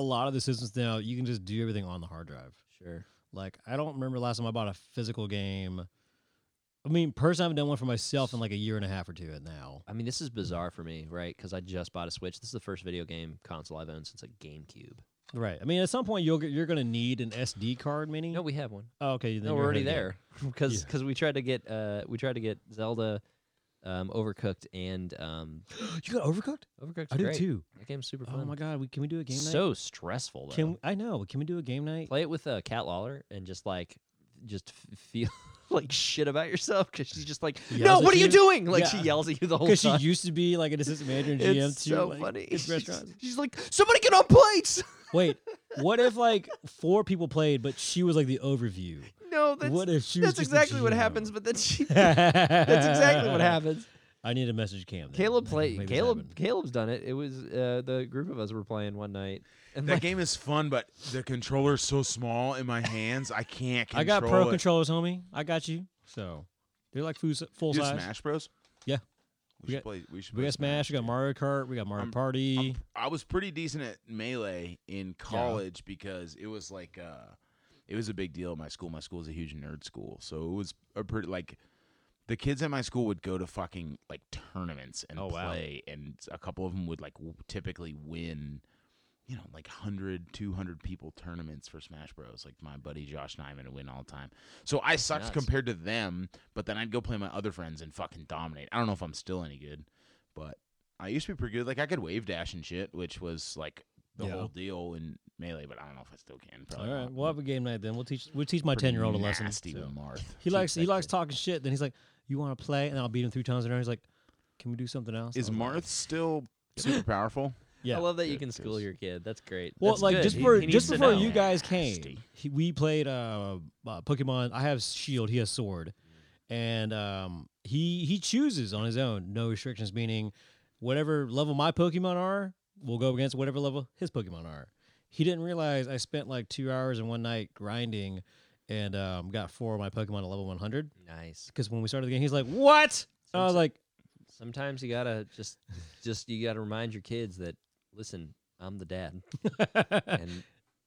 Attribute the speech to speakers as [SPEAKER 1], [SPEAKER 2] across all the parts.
[SPEAKER 1] lot of the systems now, you can just do everything on the hard drive.
[SPEAKER 2] Sure.
[SPEAKER 1] Like I don't remember last time I bought a physical game. I mean, personally, I haven't done one for myself in like a year and a half or two now.
[SPEAKER 2] I mean, this is bizarre for me, right? Because I just bought a Switch. This is the first video game console I've owned since a GameCube.
[SPEAKER 1] Right. I mean, at some point you'll get, you're going to need an SD card mini.
[SPEAKER 2] No, we have one.
[SPEAKER 1] oh, okay. Then
[SPEAKER 2] No,
[SPEAKER 1] you're
[SPEAKER 2] we're already
[SPEAKER 1] ahead of the
[SPEAKER 2] there because
[SPEAKER 1] Yeah.
[SPEAKER 2] we tried to get uh we tried to get Zelda, um, Overcooked and um
[SPEAKER 1] game. You got Overcooked?
[SPEAKER 2] Overcooked.
[SPEAKER 1] I did too.
[SPEAKER 2] That game's super fun.
[SPEAKER 1] Oh my god, we, can we do a game night?
[SPEAKER 2] so stressful though.
[SPEAKER 1] Can we, I know? Can we do a game night?
[SPEAKER 2] play it with a uh, cat lawler and just like just f- feel like shit about yourself because she's just like no
[SPEAKER 1] Yells
[SPEAKER 2] what
[SPEAKER 1] at
[SPEAKER 2] are you
[SPEAKER 1] you?
[SPEAKER 2] doing like she
[SPEAKER 1] Yeah.
[SPEAKER 2] yells at you the whole
[SPEAKER 1] Because she
[SPEAKER 2] time
[SPEAKER 1] used to be like an assistant manager and GM
[SPEAKER 2] it's
[SPEAKER 1] to
[SPEAKER 2] so
[SPEAKER 1] like,
[SPEAKER 2] funny
[SPEAKER 1] this restaurant.
[SPEAKER 2] She's, she's like somebody get on plates
[SPEAKER 1] Wait, what if like four people played, but she was like the overview?
[SPEAKER 2] no that's
[SPEAKER 1] what if she?
[SPEAKER 2] that's
[SPEAKER 1] was just the
[SPEAKER 2] exactly what
[SPEAKER 1] GM?
[SPEAKER 2] happens but then she that's
[SPEAKER 1] that's
[SPEAKER 2] exactly what happens
[SPEAKER 1] I need to message Cam. then.
[SPEAKER 2] Caleb play
[SPEAKER 1] Make this
[SPEAKER 2] Caleb
[SPEAKER 1] happen.
[SPEAKER 2] Caleb's done it it was uh, the group of us were playing one night and
[SPEAKER 3] That
[SPEAKER 2] like,
[SPEAKER 3] game is fun, but the controller's so small in my hands, I can't control
[SPEAKER 1] I got pro
[SPEAKER 3] it.
[SPEAKER 1] controllers, homie. I got you. So they're like full, full
[SPEAKER 3] You have
[SPEAKER 1] size.
[SPEAKER 3] Smash Bros.
[SPEAKER 1] Yeah.
[SPEAKER 3] We,
[SPEAKER 1] We
[SPEAKER 3] should
[SPEAKER 1] got-
[SPEAKER 3] play. We should.
[SPEAKER 1] We
[SPEAKER 3] play
[SPEAKER 1] got Smash. We got Mario Kart. We got Mario Party.
[SPEAKER 3] I'm- I was pretty decent at melee in college because it was like uh, it was a big deal at my school. My school is a huge nerd school, so it was a pretty like the kids at my school would go to fucking like tournaments and
[SPEAKER 1] Oh, wow.
[SPEAKER 3] play, and a couple of them would like w- typically win. You know, like 100, 200 people tournaments for Smash Bros. Like my buddy Josh Nyman would win all the time. So I sucked
[SPEAKER 2] nuts.
[SPEAKER 3] compared to them, but then I'd go play my other friends and fucking dominate. I don't know if I'm still any good, but I used to be pretty good. Like I could wave dash and shit, which was like the
[SPEAKER 1] Yeah.
[SPEAKER 3] whole deal in melee. But I don't know if I still can.
[SPEAKER 1] All
[SPEAKER 3] Probably
[SPEAKER 1] right,
[SPEAKER 3] not.
[SPEAKER 1] we'll have a game night then. We'll teach we'll teach my
[SPEAKER 3] Pretty
[SPEAKER 1] ten year old a lesson.
[SPEAKER 3] Nasty
[SPEAKER 1] so.
[SPEAKER 3] with Marth.
[SPEAKER 1] He
[SPEAKER 3] Keeps
[SPEAKER 1] likes he
[SPEAKER 3] that
[SPEAKER 1] likes
[SPEAKER 3] kid.
[SPEAKER 1] talking shit. Then he's like, "You want to play?" And I'll beat him three times in a row. He's like, "Can we do something else?"
[SPEAKER 3] Is
[SPEAKER 1] I was like,
[SPEAKER 3] Marth still super powerful?
[SPEAKER 1] Yeah.
[SPEAKER 2] I love that you
[SPEAKER 3] good,
[SPEAKER 2] can school
[SPEAKER 3] because-
[SPEAKER 2] your kid that's great
[SPEAKER 1] Well,
[SPEAKER 2] That's
[SPEAKER 1] like
[SPEAKER 2] good.
[SPEAKER 1] just
[SPEAKER 2] He-
[SPEAKER 1] for
[SPEAKER 2] he needs
[SPEAKER 1] just
[SPEAKER 2] to
[SPEAKER 1] before
[SPEAKER 2] know.
[SPEAKER 1] you guys came,
[SPEAKER 3] Nasty.
[SPEAKER 1] he, we played uh, uh, Pokemon. I have Shield. He has Sword, and um, he he chooses on his own, no restrictions. Meaning, whatever level my Pokemon are, will go against whatever level his Pokemon are. He didn't realize I spent like two hours in one night grinding, and um, got four of my Pokemon to level one hundred.
[SPEAKER 2] nice
[SPEAKER 1] Because when we started the game, he's like, "What?" And I was Uh, like,
[SPEAKER 2] Sometimes you gotta just, just you gotta remind your kids that listen, I'm the dad, and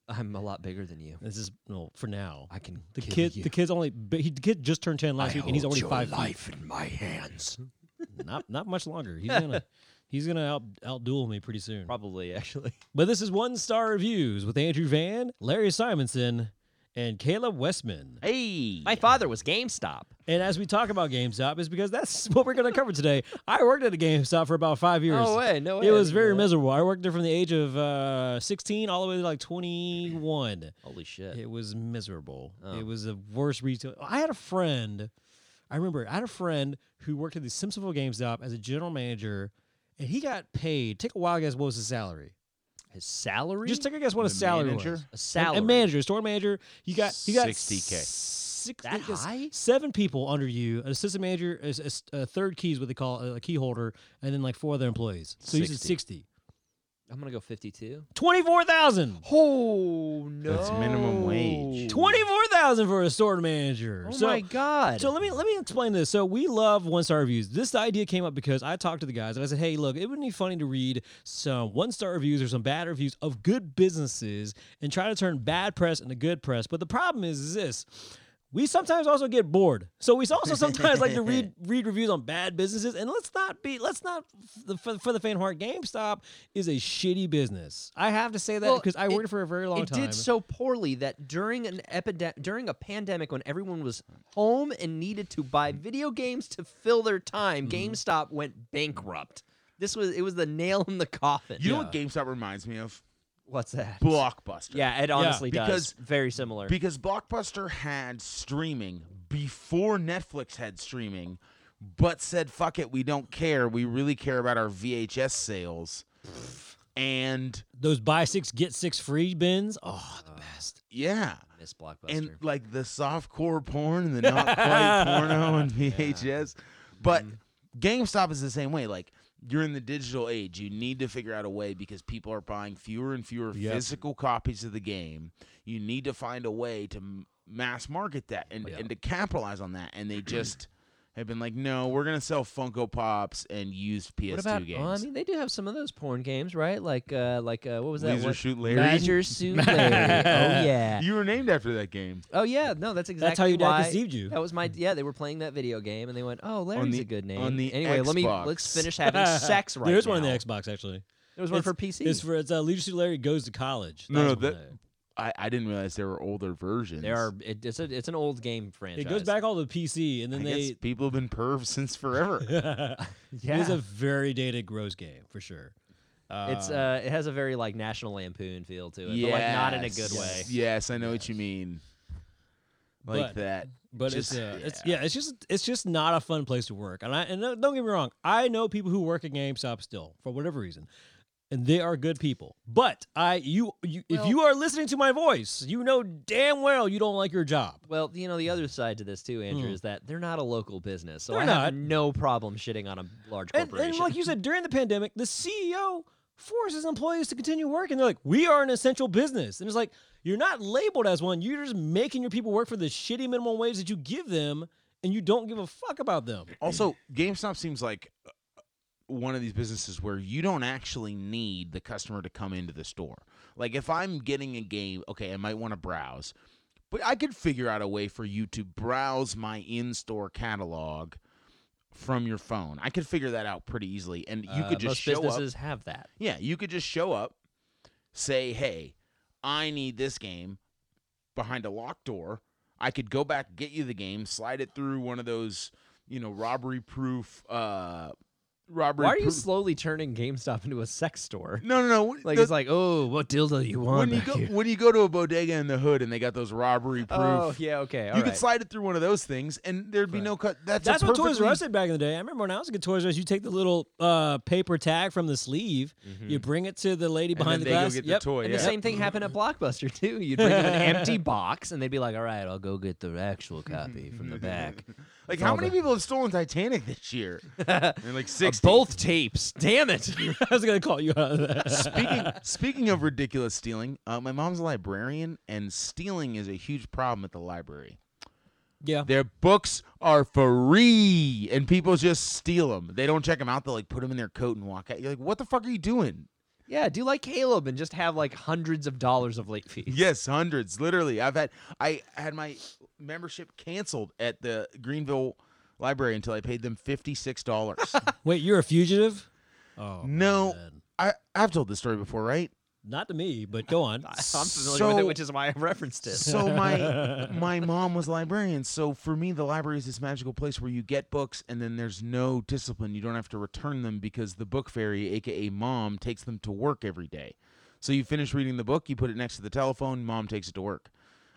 [SPEAKER 2] I'm a lot bigger than you.
[SPEAKER 1] "This is well for now."
[SPEAKER 2] I can.
[SPEAKER 1] The
[SPEAKER 2] kill
[SPEAKER 1] kid,
[SPEAKER 2] you.
[SPEAKER 1] the kid's only but he, the kid just turned ten last
[SPEAKER 2] I
[SPEAKER 1] week, and he's
[SPEAKER 2] hold
[SPEAKER 1] already
[SPEAKER 2] your
[SPEAKER 1] five feet.
[SPEAKER 2] life in my hands.
[SPEAKER 1] not not much longer. He's gonna he's gonna out outduel me pretty soon.
[SPEAKER 2] Probably actually.
[SPEAKER 1] But this is one star reviews with Andrew Van, Larry Simonson, and Caleb Westman.
[SPEAKER 3] Hey,
[SPEAKER 2] My father was GameStop.
[SPEAKER 1] And as we talk about GameStop, is because that's what we're gonna cover today. I worked at a GameStop for about five years.
[SPEAKER 2] No way, no way.
[SPEAKER 1] It was very miserable. I worked there from the age of uh, 16 all the way to like 21.
[SPEAKER 2] Holy shit.
[SPEAKER 1] It was miserable.
[SPEAKER 2] Uh, Oh.
[SPEAKER 1] It was the worst retail. I had a friend. I remember I had a friend who worked at the Simpsonville GameStop as a general manager, and he got paid. Take a wild guess what was his salary?
[SPEAKER 2] His salary.
[SPEAKER 1] Just take a guess what his salary
[SPEAKER 3] manager?
[SPEAKER 1] was.
[SPEAKER 2] a
[SPEAKER 1] A-
[SPEAKER 2] salary.
[SPEAKER 1] A manager, store manager. He got he got
[SPEAKER 3] 60K.
[SPEAKER 1] Six,
[SPEAKER 2] That
[SPEAKER 1] I think it's
[SPEAKER 2] high?
[SPEAKER 1] Seven people under you. An assistant manager, a, a- a third key is what they call uh, a, a key holder, and then like four other employees. So he said
[SPEAKER 3] 60.
[SPEAKER 1] sixty.
[SPEAKER 2] I'm gonna go 52.
[SPEAKER 1] Twenty-four thousand.
[SPEAKER 2] Oh no.
[SPEAKER 3] That's minimum wage.
[SPEAKER 1] Twenty-four thousand for a store manager.
[SPEAKER 2] Oh
[SPEAKER 1] so,
[SPEAKER 2] my god.
[SPEAKER 1] So let me let me explain this. So we love one star reviews. This idea came up because I talked to the guys and I said, "Hey, look, it wouldn't be funny to read some one star reviews or some bad reviews of good businesses and try to turn bad press into good press." But the problem is, is this. We sometimes also get bored, so we also sometimes like to read read reviews on bad businesses. And let's not be let's not the- for, for the fan heart. GameStop is a shitty business. I have to say that
[SPEAKER 2] Well,
[SPEAKER 1] because I
[SPEAKER 2] it-
[SPEAKER 1] worked for a very long
[SPEAKER 2] it
[SPEAKER 1] time.
[SPEAKER 2] did so poorly that during an epidemic during a pandemic when everyone was home and needed to buy
[SPEAKER 1] Mm.
[SPEAKER 2] video games to fill their time
[SPEAKER 1] Mm-hmm.
[SPEAKER 2] gamestop went bankrupt this was it was the nail in the coffin
[SPEAKER 3] you know what GameStop reminds me of?
[SPEAKER 2] what's that
[SPEAKER 3] Blockbuster.
[SPEAKER 2] yeah it honestly does
[SPEAKER 3] because-
[SPEAKER 2] very similar
[SPEAKER 3] Because Blockbuster had streaming before Netflix had streaming, but said, fuck it, we don't care. We really care about our VHS sales. And
[SPEAKER 1] Those buy six get six free bins. Oh, the
[SPEAKER 2] Ah.
[SPEAKER 1] best.
[SPEAKER 3] yeah.
[SPEAKER 2] miss blockbuster
[SPEAKER 3] And like the softcore porn and the not quite porno and VHS. But
[SPEAKER 2] Mm-hmm.
[SPEAKER 3] GameStop is the same way. Like you're in the digital age. You need to figure out a way because people are buying fewer and fewer
[SPEAKER 1] Yep.
[SPEAKER 3] physical copies of the game. You need to find a way to m- mass market that and,
[SPEAKER 2] Yeah.
[SPEAKER 3] and to capitalize on that. And they just have been like, no, we're gonna sell Funko Pops and used PS2
[SPEAKER 2] what about?
[SPEAKER 3] games.
[SPEAKER 2] Oh, I mean, they do have some of those porn games, right? Like, uh, like uh, what was that?
[SPEAKER 3] Laser
[SPEAKER 2] one?
[SPEAKER 3] Shoot Larry.
[SPEAKER 2] Leisure Suit Larry. Oh yeah.
[SPEAKER 3] You were named after that game.
[SPEAKER 2] Oh yeah. No, that's exactly
[SPEAKER 1] That's how your dad
[SPEAKER 2] why.
[SPEAKER 1] deceived you.
[SPEAKER 2] That was my yeah. They were playing that video game and they went, "Oh, Larry's
[SPEAKER 3] the-
[SPEAKER 2] a good name."
[SPEAKER 3] on the
[SPEAKER 2] anyway, let me
[SPEAKER 3] Xbox.
[SPEAKER 2] let's finish having sex right
[SPEAKER 1] There's
[SPEAKER 2] now.
[SPEAKER 1] one on the Xbox actually.
[SPEAKER 2] There was one
[SPEAKER 1] It's-
[SPEAKER 2] for PC.
[SPEAKER 1] It's for it's uh, Leadership Larry goes to college.
[SPEAKER 3] No,
[SPEAKER 1] That's
[SPEAKER 3] no,
[SPEAKER 1] one
[SPEAKER 3] that-
[SPEAKER 1] of
[SPEAKER 3] I, I didn't realize there were older versions.
[SPEAKER 2] there are it, it's a it's an old game
[SPEAKER 1] the-
[SPEAKER 2] franchise.
[SPEAKER 1] it goes back all to PC, and
[SPEAKER 3] I
[SPEAKER 1] then
[SPEAKER 3] guess
[SPEAKER 1] they.
[SPEAKER 3] people have been pervs since forever.
[SPEAKER 1] It is a very dated, gross game for sure.
[SPEAKER 2] It's uh, it has a very like National Lampoon feel to it, but like not in a good way.
[SPEAKER 3] Yes, I know what you mean. Like
[SPEAKER 1] But-
[SPEAKER 3] that.
[SPEAKER 1] But
[SPEAKER 3] Just-
[SPEAKER 1] it's, uh, it's yeah, it's just it's just not a fun place to work. And I and no- don't get me wrong, I know people who work at GameStop still for whatever reason, and they are good people. But I you you if
[SPEAKER 2] Well-
[SPEAKER 1] you are listening to my voice, you know damn well you don't like your job.
[SPEAKER 2] Well, you know the other side to this too, Andrew,
[SPEAKER 1] Hmm.
[SPEAKER 2] is that they're not a local business, so
[SPEAKER 1] They're
[SPEAKER 2] I
[SPEAKER 1] not.
[SPEAKER 2] have no problem shitting on a large
[SPEAKER 1] And,
[SPEAKER 2] corporation.
[SPEAKER 1] and like you said, during the pandemic, the CEO forces employees to continue working. They're like, we are an essential business. And it's like, you're not labeled as one. You're just making your people work for the shitty minimum wage that you give them, and you don't give a fuck about them.
[SPEAKER 3] Also, GameStop seems like uh, one of these businesses where you don't actually need the customer to come into the store. Like if I'm getting a game, okay, I might want to browse, but I could figure out a way for you to browse my in-store catalog from your phone. I could figure that out pretty easily, and you
[SPEAKER 2] Uh,
[SPEAKER 3] could just
[SPEAKER 2] most
[SPEAKER 3] show up.
[SPEAKER 2] businesses have that.
[SPEAKER 3] Yeah, you could just show up, say, "Hey, I need this game," behind a locked door. I could go back, get you the game, slide it through one of those, you know, robbery-proof. Uh, robbery.
[SPEAKER 2] Why are you slowly turning GameStop into a sex store?
[SPEAKER 3] no, no, no.
[SPEAKER 2] Like
[SPEAKER 3] the-
[SPEAKER 2] it's like, oh, what dildo you want?
[SPEAKER 3] when you
[SPEAKER 2] back
[SPEAKER 3] go
[SPEAKER 2] here?"
[SPEAKER 3] when you go to a bodega in the hood and they got those robbery-proof.
[SPEAKER 2] Oh yeah, okay.
[SPEAKER 3] you
[SPEAKER 2] all
[SPEAKER 3] could
[SPEAKER 2] right.
[SPEAKER 3] slide it through one of those things, and there'd be no cut. That's
[SPEAKER 1] That's
[SPEAKER 3] a
[SPEAKER 1] what Toys R
[SPEAKER 3] perfectly-
[SPEAKER 1] Us did back in the day. I remember when I was at Toys R Us, you take the little uh, paper tag from the sleeve, you bring it to the lady behind
[SPEAKER 3] Hmm. then
[SPEAKER 1] the
[SPEAKER 3] they go
[SPEAKER 1] glass.
[SPEAKER 3] get the
[SPEAKER 1] yep.
[SPEAKER 3] toy,
[SPEAKER 2] And
[SPEAKER 3] yeah.
[SPEAKER 2] the same thing happened at Blockbuster too. You'd bring them an empty box, and they'd be like, "All right, I'll go get the actual copy from the back."
[SPEAKER 3] Like
[SPEAKER 2] It's
[SPEAKER 3] how
[SPEAKER 2] all
[SPEAKER 3] many
[SPEAKER 2] the-
[SPEAKER 3] people have stolen Titanic this year? and like
[SPEAKER 2] Uh,
[SPEAKER 3] six.
[SPEAKER 2] both tapes. Damn it!
[SPEAKER 1] I was gonna call you out of that.
[SPEAKER 3] speaking speaking of ridiculous stealing, uh, my mom's a librarian, and stealing is a huge problem at the library.
[SPEAKER 1] yeah.
[SPEAKER 3] Their books are free, and people just steal them. They don't check them out. They like put them in their coat and walk out. You're like, what the fuck are you doing?
[SPEAKER 2] yeah, do like Caleb and just have like hundreds of dollars of late fees.
[SPEAKER 3] Yes, hundreds, literally. I've had I had my membership canceled at the Greenville library until I paid them fifty six dollars.
[SPEAKER 1] Wait, you're a fugitive? Oh
[SPEAKER 3] No.
[SPEAKER 1] man.
[SPEAKER 3] I I've told this story before, right?
[SPEAKER 1] not to me, but go on.
[SPEAKER 2] I- I'm familiar with
[SPEAKER 3] So-
[SPEAKER 2] it, which is why I referenced it.
[SPEAKER 3] So my my mom was librarian. So for me, the library is this magical place where you get books, and then there's no discipline. You don't have to return them because the book fairy, aka mom, takes them to work every day. So you finish reading the book, you put it next to the telephone. Mom takes it to work.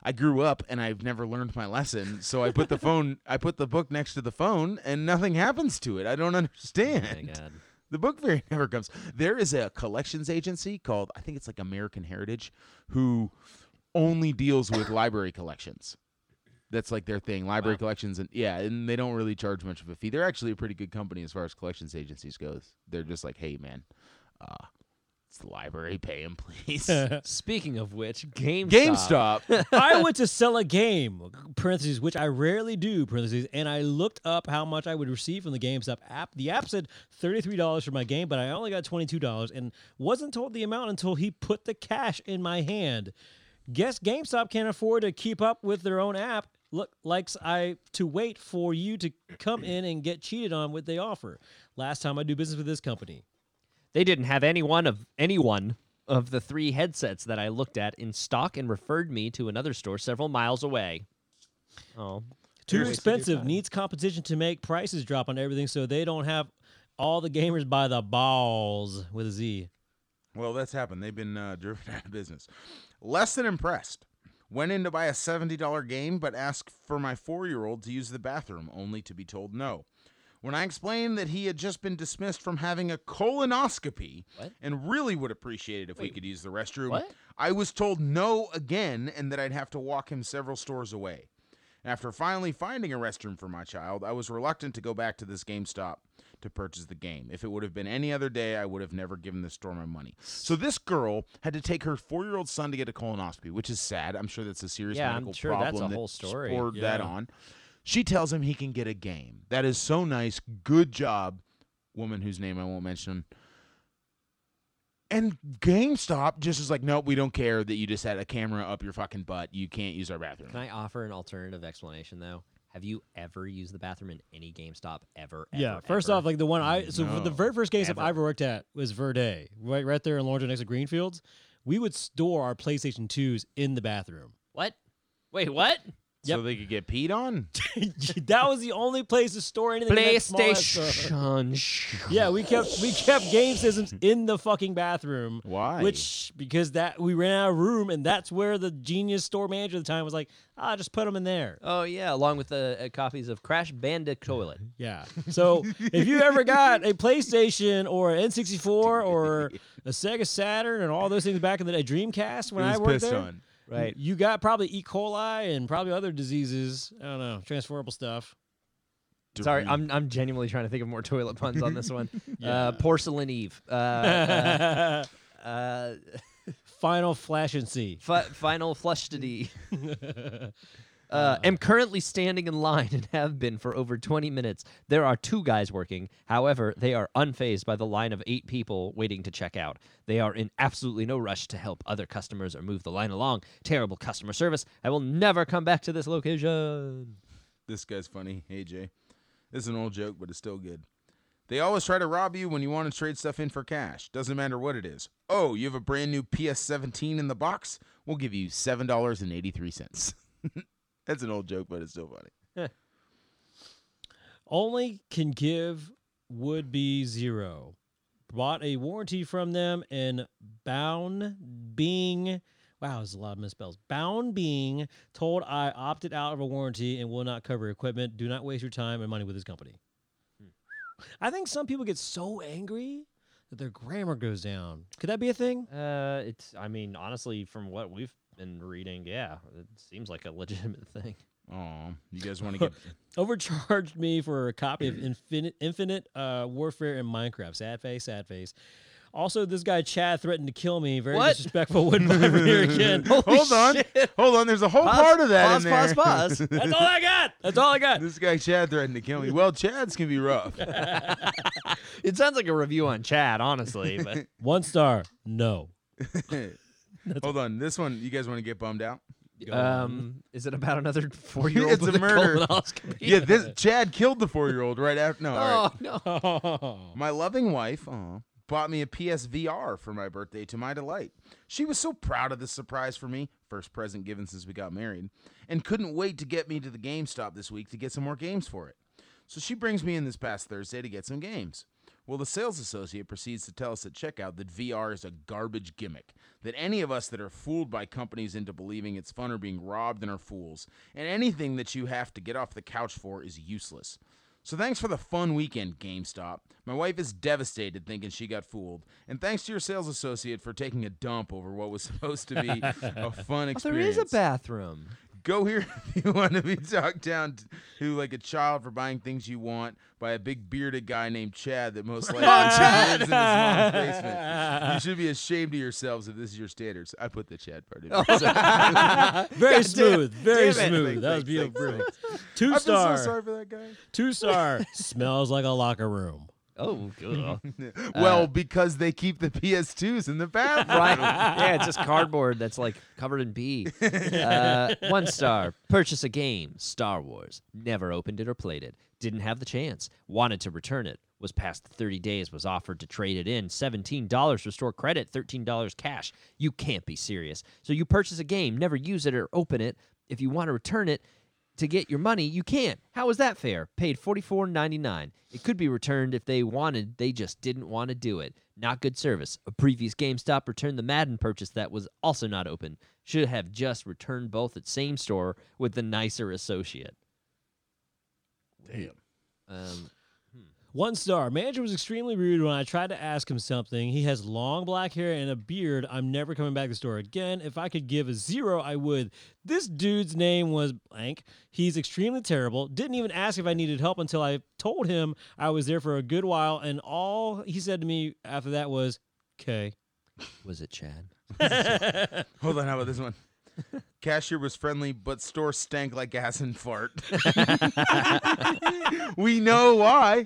[SPEAKER 3] I grew up and I've never learned my lesson. So I put the phone, I put the book next to the phone, and nothing happens to it. I don't understand.
[SPEAKER 2] my God.
[SPEAKER 3] The book fairy never comes. There is a collections agency called, I think it's like American Heritage, who only deals with library collections. That's like their thing, library collections, and yeah, and they don't really charge much of a fee. They're actually a pretty good company as far as collections agencies goes. They're just like, hey man, uh, it's the library, pay him please.
[SPEAKER 2] Speaking of which, GameStop.
[SPEAKER 3] GameStop.
[SPEAKER 1] I went to sell a game, parentheses, which I rarely do, parentheses, and I looked up how much I would receive from the GameStop app. The app said $33 for my game, but I only got $22 and wasn't told the amount until he put the cash in my hand. Guess GameStop can't afford to keep up with their own app. Look, likes I to wait for you to come in and get cheated on what they offer. Last time I do business with this company.
[SPEAKER 2] They didn't have any one of anyone of the three headsets that I looked at in stock and referred me to another store several miles away. Oh,
[SPEAKER 1] Too
[SPEAKER 2] They're wasting your
[SPEAKER 1] expensive.
[SPEAKER 2] time.
[SPEAKER 1] Needs competition to make prices drop on everything, so they don't have all the gamers by the balls with a Z.
[SPEAKER 3] Well, that's happened. They've been uh, driven out of business. Less than impressed. Went in to buy a $70 game, but asked for my four year old to use the bathroom, only to be told no. When I explained that he had just been dismissed from having a colonoscopy
[SPEAKER 2] What?
[SPEAKER 3] and really would appreciate it if we could use the restroom,
[SPEAKER 2] what?
[SPEAKER 3] I was told no again and that I'd have to walk him several stores away. After finally finding a restroom for my child, I was reluctant to go back to this GameStop to purchase the game. If it would have been any other day, I would have never given the store my money. So this girl had to take her four-year-old son to get a colonoscopy, which is sad. I'm sure that's a serious
[SPEAKER 2] Yeah, I'm
[SPEAKER 3] medical
[SPEAKER 2] sure that's
[SPEAKER 3] problem
[SPEAKER 2] a
[SPEAKER 3] that
[SPEAKER 2] whole story.
[SPEAKER 3] spurred that
[SPEAKER 1] Yeah.
[SPEAKER 3] on. She tells him he can get a game. That is so nice. Good job, woman whose name I won't mention. And GameStop just is like, nope, we don't care that you just had a camera up your fucking butt. You can't use our bathroom.
[SPEAKER 2] Can I offer an alternative explanation though? Have you ever used the bathroom in any GameStop ever?
[SPEAKER 1] yeah.
[SPEAKER 2] ever,
[SPEAKER 1] First
[SPEAKER 2] ever?
[SPEAKER 1] off, like the one I so the
[SPEAKER 3] No,
[SPEAKER 1] very first GameStop
[SPEAKER 2] ever.
[SPEAKER 1] I ever worked at was Verde, right right there in Lawrence next to Greenfields. We would store our PlayStation 2s in the bathroom.
[SPEAKER 2] what? Wait, what?
[SPEAKER 1] Yep.
[SPEAKER 3] So they could get peed on?
[SPEAKER 1] that was the only place to store anything. in that small ass store.
[SPEAKER 2] PlayStation.
[SPEAKER 1] Yeah, we kept we kept game systems in the fucking bathroom.
[SPEAKER 3] Why?
[SPEAKER 1] Which because that we ran out of room, and that's where the genius store manager at the time was like, "Ah, just put them in there."
[SPEAKER 2] Oh yeah, along with the uh, copies of Crash Bandicoot.
[SPEAKER 1] Yeah. So if you ever got a PlayStation or an N64 or a Sega Saturn and all those things back in the day, Dreamcast when
[SPEAKER 3] It
[SPEAKER 1] I
[SPEAKER 3] was
[SPEAKER 1] worked
[SPEAKER 3] pissed
[SPEAKER 1] there,
[SPEAKER 3] on.
[SPEAKER 2] Right.
[SPEAKER 1] You got probably E. coli and probably other diseases. I don't know, transferable stuff.
[SPEAKER 2] Sorry, I'm I'm genuinely trying to think of more toilet puns on this one.
[SPEAKER 1] Yeah.
[SPEAKER 2] uh, Porcelain Eve. Uh, uh, uh,
[SPEAKER 1] Final Flash and C.
[SPEAKER 2] fi- final flushdity. Uh, am currently standing in line and have been for over 20 minutes. There are two guys working. However, they are unfazed by the line of eight people waiting to check out. They are in absolutely no rush to help other customers or move the line along. Terrible customer service. I will never come back to this location.
[SPEAKER 3] This guy's funny. Hey, Jay. This is an old joke, but it's still good. They always try to rob you when you want to trade stuff in for cash. Doesn't matter what it is. Oh, you have a brand new PS17 in the box? We'll give you $7.83. That's an old joke, but it's still funny.
[SPEAKER 1] only can give would be zero. Bought a warranty from them and bound being wow, there's a lot of misspells. Bound being told I opted out of a warranty and will not cover equipment. Do not waste your time and money with this company. I think some people get so angry that their grammar goes down. Could that be a thing?
[SPEAKER 2] Uh, it's. I mean, honestly, from what we've been reading, yeah, it seems like a legitimate thing.
[SPEAKER 3] Oh, you guys want to get.
[SPEAKER 1] overcharged me for a copy of
[SPEAKER 3] Mm.
[SPEAKER 1] Infinite Infinite uh, Warfare and Minecraft. Sad face, sad face. Also, this guy Chad threatened to kill me. Very
[SPEAKER 2] What?
[SPEAKER 1] disrespectful. Wouldn't buy from here again.
[SPEAKER 3] Hold on. Hold on. There's a whole part of that
[SPEAKER 2] Pause.
[SPEAKER 3] in there.
[SPEAKER 2] Pause. Pause.
[SPEAKER 1] That's all I got. That's all I got.
[SPEAKER 3] This guy Chad threatened to kill me. Well, Chad's can be rough.
[SPEAKER 2] it sounds like a review on Chad, honestly. But
[SPEAKER 1] One star. No.
[SPEAKER 3] Hold on. This one, you guys want to get bummed out?
[SPEAKER 1] Go on.
[SPEAKER 2] um, is it about another four-year-old
[SPEAKER 3] It's
[SPEAKER 2] with
[SPEAKER 3] a murder.
[SPEAKER 2] colonoscopy?
[SPEAKER 3] Yeah, this Chad killed the four year old right after. No, all right.
[SPEAKER 2] Oh no.
[SPEAKER 3] My loving wife aw, bought me a PSVR for my birthday to my delight. She was so proud of this surprise for me, first present given since we got married, and couldn't wait to get me to the GameStop this week to get some more games for it. So she brings me in this past Thursday to get some games. Well, the sales associate proceeds to tell us at checkout that VR is a garbage gimmick, that any of us that are fooled by companies into believing it's fun are being robbed and are fools, and anything that you have to get off the couch for is useless. So thanks for the fun weekend, GameStop. My wife is devastated thinking she got fooled, and thanks to your sales associate for taking a dump over what was supposed to be Oh, a fun experience.
[SPEAKER 2] there is a bathroom.
[SPEAKER 3] Go here if you want to be talked down to like a child for buying things you want by a big bearded guy named Chad that most likely lives in his mom's basement. You should be ashamed of yourselves if this is your standards. I put the Chad part in.
[SPEAKER 1] Very smooth. Very
[SPEAKER 3] damn it.
[SPEAKER 1] smooth.
[SPEAKER 3] Thanks,
[SPEAKER 1] That was
[SPEAKER 3] thanks,
[SPEAKER 1] beautiful.
[SPEAKER 3] thanks,
[SPEAKER 1] Brilliant. Two
[SPEAKER 3] I'm so
[SPEAKER 1] star.
[SPEAKER 3] sorry for that guy.
[SPEAKER 1] Two star. Smells like a locker room.
[SPEAKER 2] Oh, good.
[SPEAKER 3] well, because they keep the PS2s in the bathroom.
[SPEAKER 2] right. Yeah, it's just cardboard that's like covered in pee. Uh, one star. Purchase a game. Star Wars. Never opened it or played it. Didn't have the chance. Wanted to return it. Was past the 30 days. Was offered to trade it in. $17 restore credit. $13 cash. You can't be serious. So you purchase a game, never use it or open it. If you want to return it, to get your money, you can't. How is that fair? Paid forty four ninety nine. It could be returned if they wanted. They just didn't want to do it. Not good service. A previous GameStop returned the Madden purchase that was also not open. Should have just returned both at same store with the nicer associate.
[SPEAKER 3] Damn.
[SPEAKER 2] Um,
[SPEAKER 1] One star. Manager was extremely rude when I tried to ask him something. He has long black hair and a beard. I'm never coming back to the store again. If I could give a zero, I would. This dude's name was blank. He's extremely terrible. Didn't even ask if I needed help until I told him I was there for a good while. And all he said to me after that was, okay.
[SPEAKER 2] was it Chad?
[SPEAKER 3] Hold on. How about this one? Cashier was friendly, but store stank like ass and fart. we know why.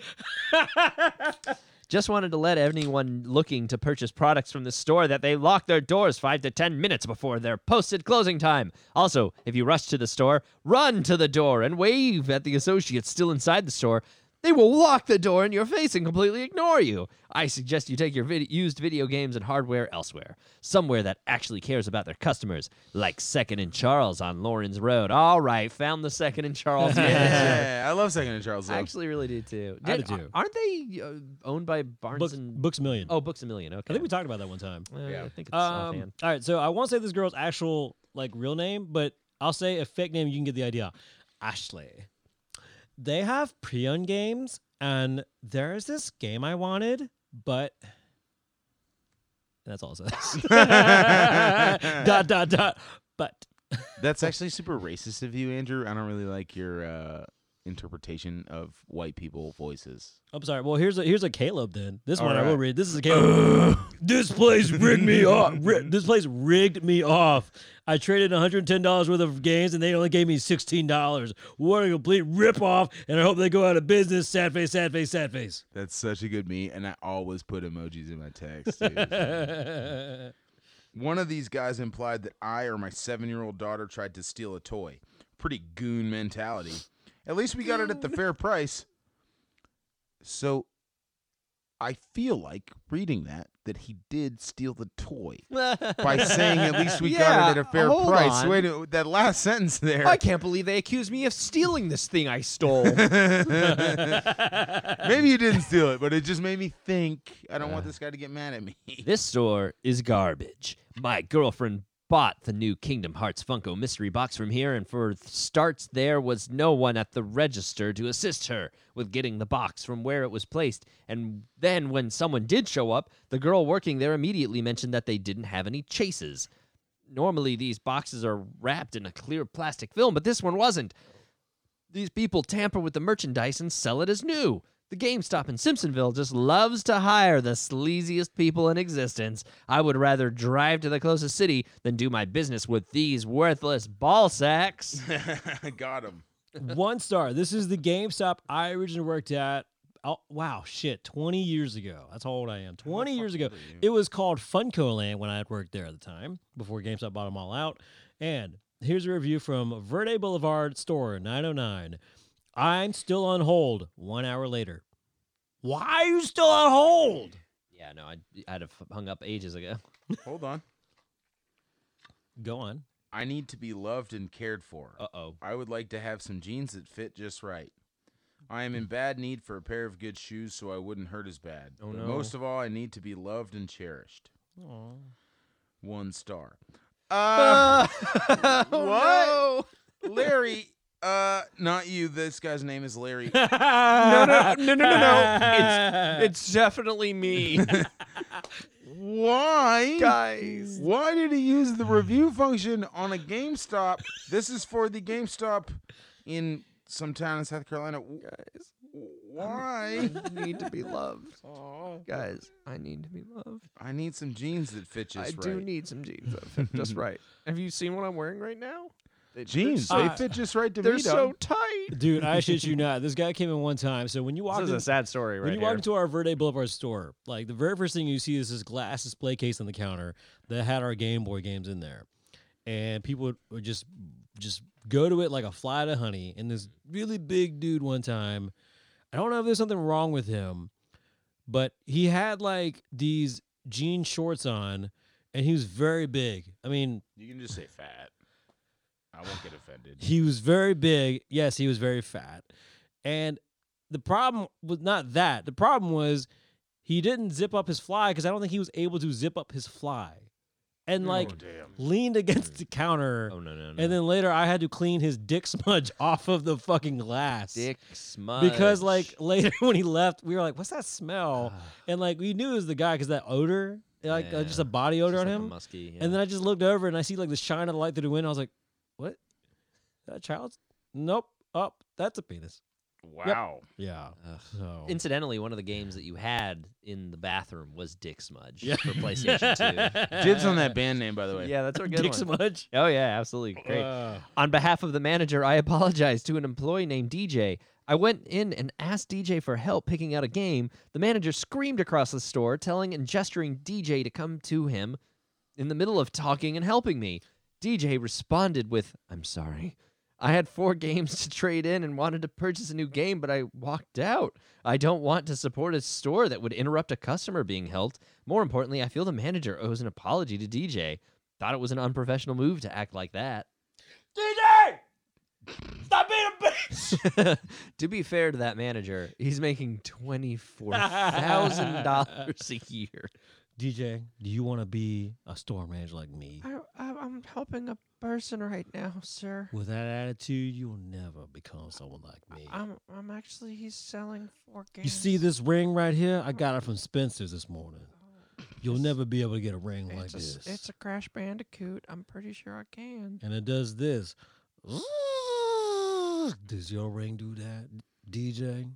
[SPEAKER 2] Just wanted to let anyone looking to purchase products from this store that they lock their doors 5 to 10 minutes before their posted closing time. Also, if you rush to the store, run to the door and wave at the associates still inside the store. They will lock the door in your face and completely ignore you. I suggest you take your vid- used video games and hardware elsewhere, somewhere that actually cares about their customers, like Second and Charles on Lawrence Road. All right, found the Second and Charles. miniature.
[SPEAKER 3] Yeah, I love Second and Charles.
[SPEAKER 2] I
[SPEAKER 3] Love.
[SPEAKER 2] actually really do too.
[SPEAKER 1] I
[SPEAKER 2] Did-
[SPEAKER 1] do, too.
[SPEAKER 2] Aren't they uh, owned by Barnes
[SPEAKER 1] Books,
[SPEAKER 2] and
[SPEAKER 1] Books a Million.
[SPEAKER 2] Oh, Books a Million. Okay.
[SPEAKER 1] I think we talked about that one time.
[SPEAKER 2] Well,
[SPEAKER 3] Yeah.
[SPEAKER 2] I think it's
[SPEAKER 1] Um,
[SPEAKER 2] offhand.
[SPEAKER 1] all right, so I won't say this girl's actual like real name, but I'll say a fake name. You can get the idea. Ashley. They have pre-owned games, and there is this game I wanted, but and that's all it says. dot dot dot. But
[SPEAKER 3] That's actually super racist of you, Andrew. I don't really like your uh, interpretation of white people voices.
[SPEAKER 1] I'm sorry. Well, here's a here's a Caleb. Then this
[SPEAKER 3] All
[SPEAKER 1] one I will
[SPEAKER 3] right.
[SPEAKER 1] read. This is a Caleb. this place rigged me off. Ri- this place rigged me off. I traded 110 dollars worth of games, and they only gave me 16 dollars. What a complete rip off! And I hope they go out of business. Sad face. Sad face. Sad face.
[SPEAKER 3] That's such a good me, and I always put emojis in my text. dude. One of these guys implied that I or my seven-year-old daughter tried to steal a toy. Pretty goon mentality. At least we got it at the fair price. So, I feel like reading that that he did steal the toy by saying at least we
[SPEAKER 2] Yeah,
[SPEAKER 3] got it at a fair
[SPEAKER 2] hold
[SPEAKER 3] price.
[SPEAKER 2] on.
[SPEAKER 3] Wait, a- that last sentence there.
[SPEAKER 2] I can't believe they accused me of stealing this thing I stole.
[SPEAKER 3] Maybe you didn't steal it, but it just made me think. I don't want this guy to get mad at me.
[SPEAKER 2] this store is garbage. My girlfriend bought the new Kingdom Hearts Funko mystery box from here, and for th- starts, there was no one at the register to assist her with getting the box from where it was placed. And then when someone did show up, the girl working there immediately mentioned that they didn't have any chases. Normally, these boxes are wrapped in a clear plastic film, but this one wasn't. These people tamper with the merchandise and sell it as new. The GameStop in Simpsonville just loves to hire the sleaziest people in existence. I would rather drive to the closest city than do my business with these worthless ball sacks.
[SPEAKER 3] got him.
[SPEAKER 1] One star. This is the GameStop I originally worked at. Oh, wow, shit, 20 years ago. That's how old I am. 20 years ago. It was called Funko Land when I had worked there at the time, before GameStop bought them all out. And here's a review from Verde Boulevard Store 909. I'm still on hold one hour later. Why are you still on hold?
[SPEAKER 2] Yeah, no, I'd, I'd have hung up ages ago.
[SPEAKER 3] Hold on.
[SPEAKER 1] Go on.
[SPEAKER 3] I need to be loved and cared for.
[SPEAKER 2] Uh oh.
[SPEAKER 3] I would like to have some jeans that fit just right. I am in
[SPEAKER 2] Hmm.
[SPEAKER 3] bad need for a pair of good shoes so I wouldn't hurt as bad.
[SPEAKER 2] Oh,
[SPEAKER 3] But
[SPEAKER 2] no.
[SPEAKER 3] Most of all, I need to be loved and cherished. One star. Uh,
[SPEAKER 2] what?
[SPEAKER 3] Larry, uh, not you. This guy's name is Larry.
[SPEAKER 1] no,
[SPEAKER 2] no, no, no, no. It's definitely me.
[SPEAKER 3] Why?
[SPEAKER 2] Guys.
[SPEAKER 3] Why did he use the review function on a GameStop? this is for the GameStop in some town in South Carolina. W- Why?
[SPEAKER 2] need to be loved. Guys, I need to be loved.
[SPEAKER 3] I need some jeans that fit just
[SPEAKER 2] I
[SPEAKER 3] right.
[SPEAKER 2] do need some jeans that fit just right. Have you seen what I'm wearing right now?
[SPEAKER 3] jeans.
[SPEAKER 1] so-
[SPEAKER 3] they fit just right to
[SPEAKER 2] They're
[SPEAKER 3] me.
[SPEAKER 2] so
[SPEAKER 3] dog.
[SPEAKER 2] tight.
[SPEAKER 1] Dude, I shit you not. This guy came in one time. So when you walked in,
[SPEAKER 2] sad story
[SPEAKER 1] when you walk into our Verde Boulevard store, like the very first thing you see is this glass display case on the counter that had our Game Boy games in there, and people would, would just just go to it like a fly to honey. And this really big dude one time, I don't know if there's something wrong with him, but he had like these jean shorts on, and he was very big. I mean,
[SPEAKER 3] You can just say fat. I won't get offended.
[SPEAKER 1] he was very big. Yes, he was very fat. And the problem was not that. The problem was he didn't zip up his fly because I don't think he was able to zip up his fly. And like leaned against the counter.
[SPEAKER 2] Oh no no no.
[SPEAKER 1] And then later I had to clean his dick smudge off of the fucking glass.
[SPEAKER 2] dick smudge. Uh.
[SPEAKER 1] Because like later when he left, we were like, "What's that
[SPEAKER 2] Ah,
[SPEAKER 1] smell?" And like we knew it was the guy because that odor, like uh, just
[SPEAKER 2] Yeah.
[SPEAKER 1] a body odor on him.
[SPEAKER 2] musky,
[SPEAKER 1] And then I just looked over and I see like the shine of the light through the window. I was like, "What? Is that a child? Nope. Up. that's a penis."
[SPEAKER 3] Wow.
[SPEAKER 1] Yeah. So
[SPEAKER 2] Incidentally, one of the games that you had in the bathroom was Dick Smudge
[SPEAKER 1] Yeah.
[SPEAKER 2] for PlayStation 2.
[SPEAKER 3] Dibs on that band name, by the way.
[SPEAKER 2] yeah, that's our good
[SPEAKER 1] Dick
[SPEAKER 2] one.
[SPEAKER 1] Smudge.
[SPEAKER 2] Oh yeah, absolutely great.
[SPEAKER 1] Uh,
[SPEAKER 2] On behalf of the manager, I apologize to an employee named DJ. I went in and asked DJ for help picking out a game. The manager screamed across the store, telling and gesturing DJ to come to him in the middle of talking and helping me. DJ responded with, I'm sorry. I had four games to trade in and wanted to purchase a new game, but I walked out. I don't want to support a store that would interrupt a customer being helped. More importantly, I feel the manager owes an apology to DJ. Thought it was an unprofessional move to act like that. to be fair to that manager, he's making twenty four thousand dollars a year.
[SPEAKER 1] DJ, do you want to be a store manager like me?
[SPEAKER 2] I, I, I'm helping a person right now, sir.
[SPEAKER 1] With that attitude, you will never become someone like me.
[SPEAKER 2] I'm I'm actually he's selling four games.
[SPEAKER 1] You see this ring right here? I got it from Spencer's this morning. You'll never be able to get a ring like this.
[SPEAKER 2] a Crash Bandicoot. I'm pretty sure I can.
[SPEAKER 1] and it does this. Does your ring do that, DJ?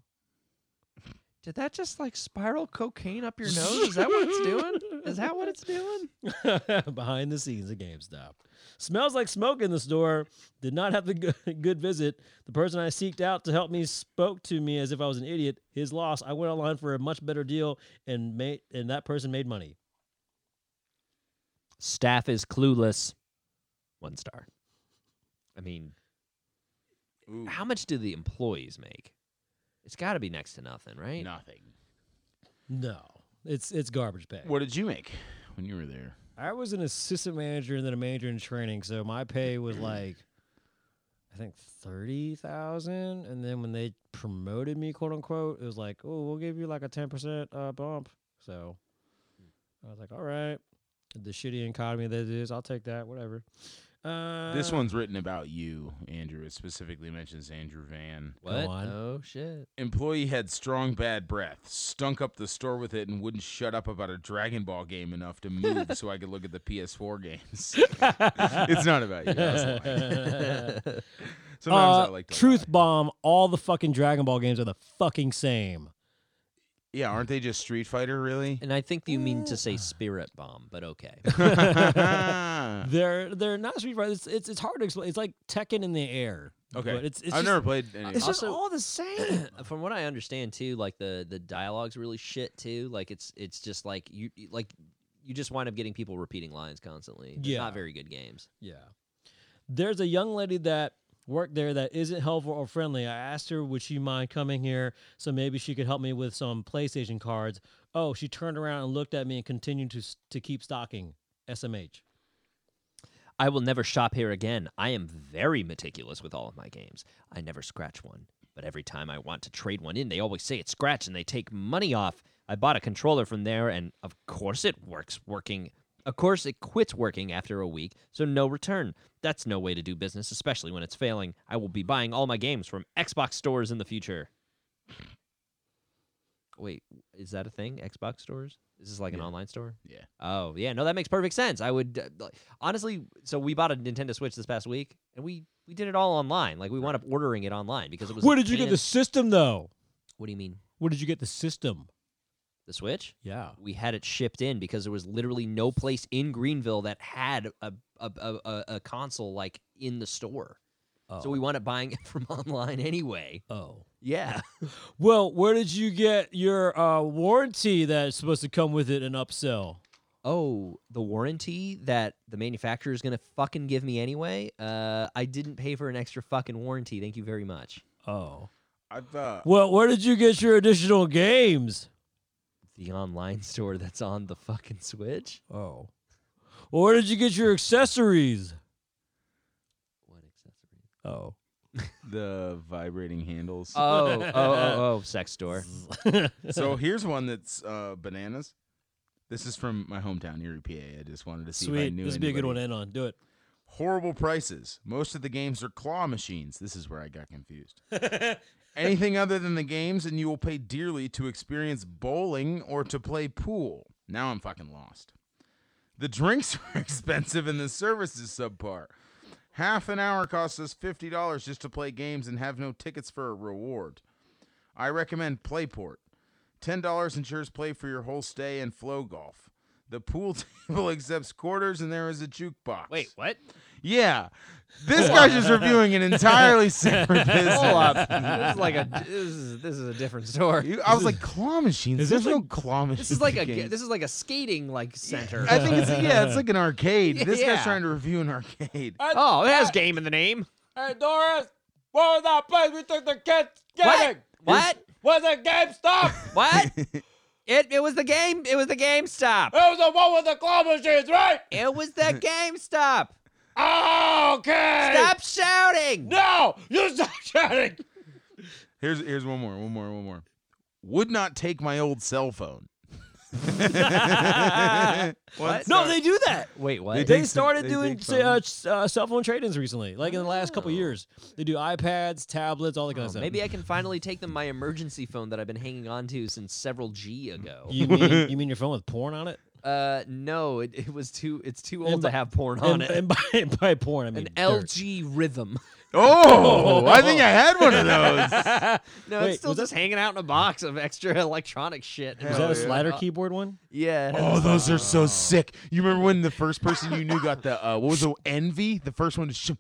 [SPEAKER 2] Did that just like spiral cocaine up your nose? Is that what it's doing? Is that what it's doing?
[SPEAKER 1] Behind the scenes at GameStop. Smells like smoke in the store. Did not have the g- good visit. The person I seeked out to help me spoke to me as if I was an idiot. His loss. I went online for a much better deal and made and that person made money.
[SPEAKER 2] Staff is clueless. One star. I mean,
[SPEAKER 1] Hmm.
[SPEAKER 3] Ooh,
[SPEAKER 2] how much do the employees make? It's got to be next to nothing, right?
[SPEAKER 3] nothing.
[SPEAKER 1] No. It's it's garbage bag.
[SPEAKER 3] What did you make when you were there?
[SPEAKER 1] I was an assistant manager and then a manager in training, so my pay was
[SPEAKER 3] Mm-hmm.
[SPEAKER 1] like I think thirty thousand. And then when they promoted me, quote unquote, it was like, oh, we'll give you like a ten percent uh, bump. So I was like, all right, the shitty economy that it is, I'll take that, whatever. Uh,
[SPEAKER 3] this one's written about you, Andrew. It specifically mentions Andrew Van.
[SPEAKER 2] What?
[SPEAKER 1] Go on.
[SPEAKER 2] Oh shit!
[SPEAKER 3] Employee had strong bad breath, stunk up the store with it, and wouldn't shut up about a Dragon Ball game enough to move so I could look at the PS4 games. it's not about you. I was lying. Sometimes I
[SPEAKER 1] Uh,
[SPEAKER 3] like to
[SPEAKER 1] truth
[SPEAKER 3] lie.
[SPEAKER 1] bomb. All the fucking Dragon Ball games are the fucking same.
[SPEAKER 3] Yeah, aren't they just Street Fighter? Really?
[SPEAKER 2] And I think you mean to
[SPEAKER 1] Ah.
[SPEAKER 2] say spirit bomb, but okay.
[SPEAKER 3] okay,
[SPEAKER 1] They're they're not Street Fighter. It's it's, it's hard to explain. It's like Tekken in the air. but it's, it's just-
[SPEAKER 3] I've never played. Any of
[SPEAKER 1] It's
[SPEAKER 3] them.
[SPEAKER 1] just
[SPEAKER 2] Also-
[SPEAKER 1] all the same.
[SPEAKER 2] From what I understand too, like the the dialogue's really shit too. Like it's it's just like you you- like you just wind up getting people repeating lines constantly. They're
[SPEAKER 1] Yeah.
[SPEAKER 2] not very good games.
[SPEAKER 1] Yeah. There's a young lady that worked there that isn't helpful or friendly. I asked her, would she mind coming here so maybe she could help me with some PlayStation cards? Oh, she turned around and looked at me and continued to, s- to keep stocking SMH.
[SPEAKER 2] I will never shop here again. I am very meticulous with all of my games. I never scratch one, but every time I want to trade one in, they always say it's scratch and they take money off. I bought a controller from there and of course it works working. Of course it quits working after a week, so no return. That's no way to do business, especially when it's failing. I will be buying all my games from Xbox stores in the future. Wait, is that a thing? Xbox stores? Is this like an
[SPEAKER 3] Yeah.
[SPEAKER 2] online store?
[SPEAKER 3] Yeah.
[SPEAKER 2] Oh, yeah. No, that makes perfect sense. I would uh, like- honestly. So we bought a Nintendo Switch this past week, and we we did it all online. Like we wound up ordering it online because it was. a
[SPEAKER 1] Where did you
[SPEAKER 2] pain
[SPEAKER 1] get
[SPEAKER 2] in-
[SPEAKER 1] the system, though?
[SPEAKER 2] What do you mean?
[SPEAKER 1] Where did you get the system?
[SPEAKER 2] The Switch?
[SPEAKER 1] Yeah.
[SPEAKER 2] We had it shipped in because there was literally no place in Greenville that had a a, a, a, a console like in the store.
[SPEAKER 1] Oh.
[SPEAKER 2] So we wound up buying it from online anyway.
[SPEAKER 1] oh.
[SPEAKER 2] Yeah.
[SPEAKER 1] Well, where did you get your uh, warranty that's supposed to come with it and upsell?
[SPEAKER 2] oh, the warranty that the manufacturer is going to fucking give me anyway. Uh, I didn't pay for an extra fucking warranty. Thank you very much.
[SPEAKER 1] Oh.
[SPEAKER 3] I've uh,
[SPEAKER 1] Well, where did you get your additional games?
[SPEAKER 2] The online store that's on the fucking Switch.
[SPEAKER 1] Oh. Well, where did you get your accessories?
[SPEAKER 2] What accessory?
[SPEAKER 1] Oh.
[SPEAKER 3] the vibrating handles.
[SPEAKER 1] Uh,
[SPEAKER 2] Oh, oh, oh, oh, sex store.
[SPEAKER 3] so here's one that's uh, bananas. This is from my hometown, Erie, PA. I just wanted to see if I
[SPEAKER 1] Sweet.
[SPEAKER 3] knew
[SPEAKER 1] This would be a good
[SPEAKER 3] anybody.
[SPEAKER 1] one to end on. Do it.
[SPEAKER 3] Horrible prices. Most of the games are claw machines. This is where I got confused. Anything other than the games, and you will pay dearly to experience bowling or to play pool. Now I'm fucking lost. The drinks are expensive and the service is subpar. Half an hour costs us $50 just to play games and have no tickets for a reward. I recommend Playport. $10 ensures play for your whole stay and flow golf. The pool table accepts quarters and there is a jukebox.
[SPEAKER 2] Wait, what?
[SPEAKER 3] Yeah. This guy's just reviewing an entirely separate business.
[SPEAKER 2] Hold up. this is like a this is this is a different story.
[SPEAKER 3] You- I was like, claw machines?
[SPEAKER 1] Is
[SPEAKER 3] There's
[SPEAKER 1] this
[SPEAKER 3] no claw machines.
[SPEAKER 2] This is like a
[SPEAKER 3] games."
[SPEAKER 2] this is like a skating like center.
[SPEAKER 3] I think it's yeah, it's like an arcade. This
[SPEAKER 2] Yeah.
[SPEAKER 3] guy's trying to review an arcade.
[SPEAKER 2] Oh, it has game in the name.
[SPEAKER 4] Hey, Doris, what was that place we took the kids
[SPEAKER 2] What?
[SPEAKER 4] getting?
[SPEAKER 2] What?
[SPEAKER 4] Was it GameStop?
[SPEAKER 2] What? it it was the game. It was the GameStop.
[SPEAKER 4] it was the one with the claw machines, right?
[SPEAKER 2] It was the GameStop.
[SPEAKER 4] Okay.
[SPEAKER 2] Stop shouting.
[SPEAKER 4] No, you stop shouting.
[SPEAKER 3] Here's here's one more, one more, one more. Would not take my old cell phone.
[SPEAKER 2] What?
[SPEAKER 1] No, they do that.
[SPEAKER 2] Wait, what?
[SPEAKER 3] They
[SPEAKER 1] They
[SPEAKER 3] take some-
[SPEAKER 1] started
[SPEAKER 3] they
[SPEAKER 1] doing
[SPEAKER 3] take
[SPEAKER 1] say, uh, s- uh, cell phone trade-ins recently, like in the last couple years. They do iPads, tablets, all that kind of
[SPEAKER 2] Oh,
[SPEAKER 1] stuff.
[SPEAKER 2] maybe I can finally take them my emergency phone that I've been hanging on to since several G ago.
[SPEAKER 1] you mean you mean your phone with porn on it?
[SPEAKER 2] Uh, no, it, it was too. It's too old
[SPEAKER 1] And
[SPEAKER 2] to
[SPEAKER 1] bu-
[SPEAKER 2] have porn
[SPEAKER 1] And,
[SPEAKER 2] on it.
[SPEAKER 1] and by, and by porn, I mean
[SPEAKER 2] An
[SPEAKER 1] dirt.
[SPEAKER 2] LG Rhythm.
[SPEAKER 3] Oh, I think I had one of those.
[SPEAKER 2] No,
[SPEAKER 1] Wait,
[SPEAKER 2] it's still
[SPEAKER 1] was that-
[SPEAKER 2] just hanging out in a box of extra electronic shit.
[SPEAKER 1] Was
[SPEAKER 3] Hell
[SPEAKER 1] that a
[SPEAKER 3] yeah.
[SPEAKER 2] Uh,
[SPEAKER 1] slider keyboard one?
[SPEAKER 2] Yeah.
[SPEAKER 3] Oh, those are so sick. You remember when the first person you knew got the uh, what was the envy? The first one to sh-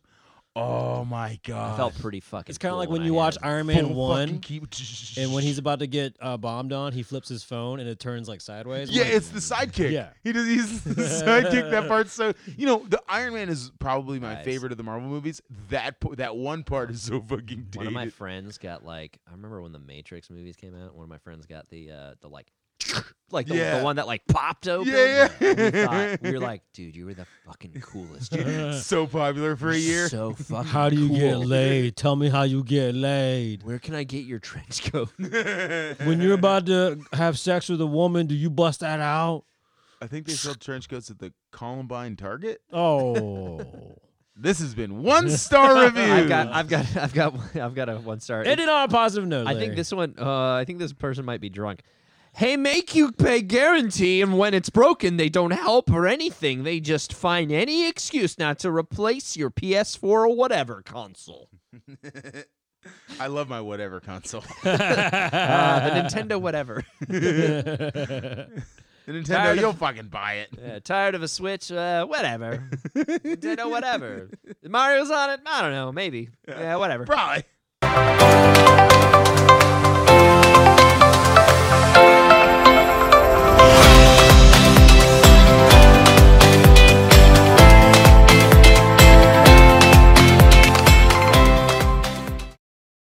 [SPEAKER 3] Oh my god.
[SPEAKER 2] I felt pretty fucking.
[SPEAKER 1] It's kind of
[SPEAKER 2] cool
[SPEAKER 1] like when
[SPEAKER 2] I
[SPEAKER 1] you watch
[SPEAKER 2] had it.
[SPEAKER 1] Iron
[SPEAKER 3] Full
[SPEAKER 1] Man
[SPEAKER 3] fucking
[SPEAKER 1] One,
[SPEAKER 3] key-
[SPEAKER 1] and when he's about to get uh, bombed on, he flips his phone and it turns like sideways. I'm
[SPEAKER 3] Yeah,
[SPEAKER 1] like,
[SPEAKER 3] it's the sidekick.
[SPEAKER 1] Yeah.
[SPEAKER 3] He does he's the sidekick that part's so you know, the Iron Man is probably my
[SPEAKER 2] Guys.
[SPEAKER 3] favorite of the Marvel movies. That po- that one part is so fucking dated.
[SPEAKER 2] One of my friends got like I remember when the Matrix movies came out. One of my friends got the uh the like like the,
[SPEAKER 3] Yeah.
[SPEAKER 2] the one that like popped open.
[SPEAKER 3] Yeah, yeah.
[SPEAKER 2] And we, thought, we were like, dude, you were the fucking coolest. Dude.
[SPEAKER 3] so popular for a year.
[SPEAKER 2] So fucking.
[SPEAKER 1] How do you get
[SPEAKER 2] cool.
[SPEAKER 1] laid? Tell me how you get laid.
[SPEAKER 2] Where can I get your trench coat?
[SPEAKER 1] When you're about to have sex with a woman, do you bust that out?
[SPEAKER 3] I think they sell trench coats at the Columbine Target.
[SPEAKER 1] Oh.
[SPEAKER 3] This has been one star review.
[SPEAKER 2] I've got, I've got, I've got, one- I've got a one star.
[SPEAKER 1] Ended on a positive note.
[SPEAKER 2] I
[SPEAKER 1] Larry.
[SPEAKER 2] think this one. Uh, I think this person might be drunk. Hey, make you pay guarantee, and when it's broken, they don't help or anything. They just find any excuse not to replace your PS4 or whatever console.
[SPEAKER 3] I love my whatever console.
[SPEAKER 1] Ah.
[SPEAKER 2] Uh, the Nintendo, whatever.
[SPEAKER 3] The
[SPEAKER 2] Tired
[SPEAKER 3] Nintendo,
[SPEAKER 2] of-
[SPEAKER 3] you'll fucking buy it.
[SPEAKER 2] Yeah, tired of a Switch, uh, whatever. Nintendo, whatever. Mario's on it. I don't know. Maybe. Yeah, whatever.
[SPEAKER 3] Probably.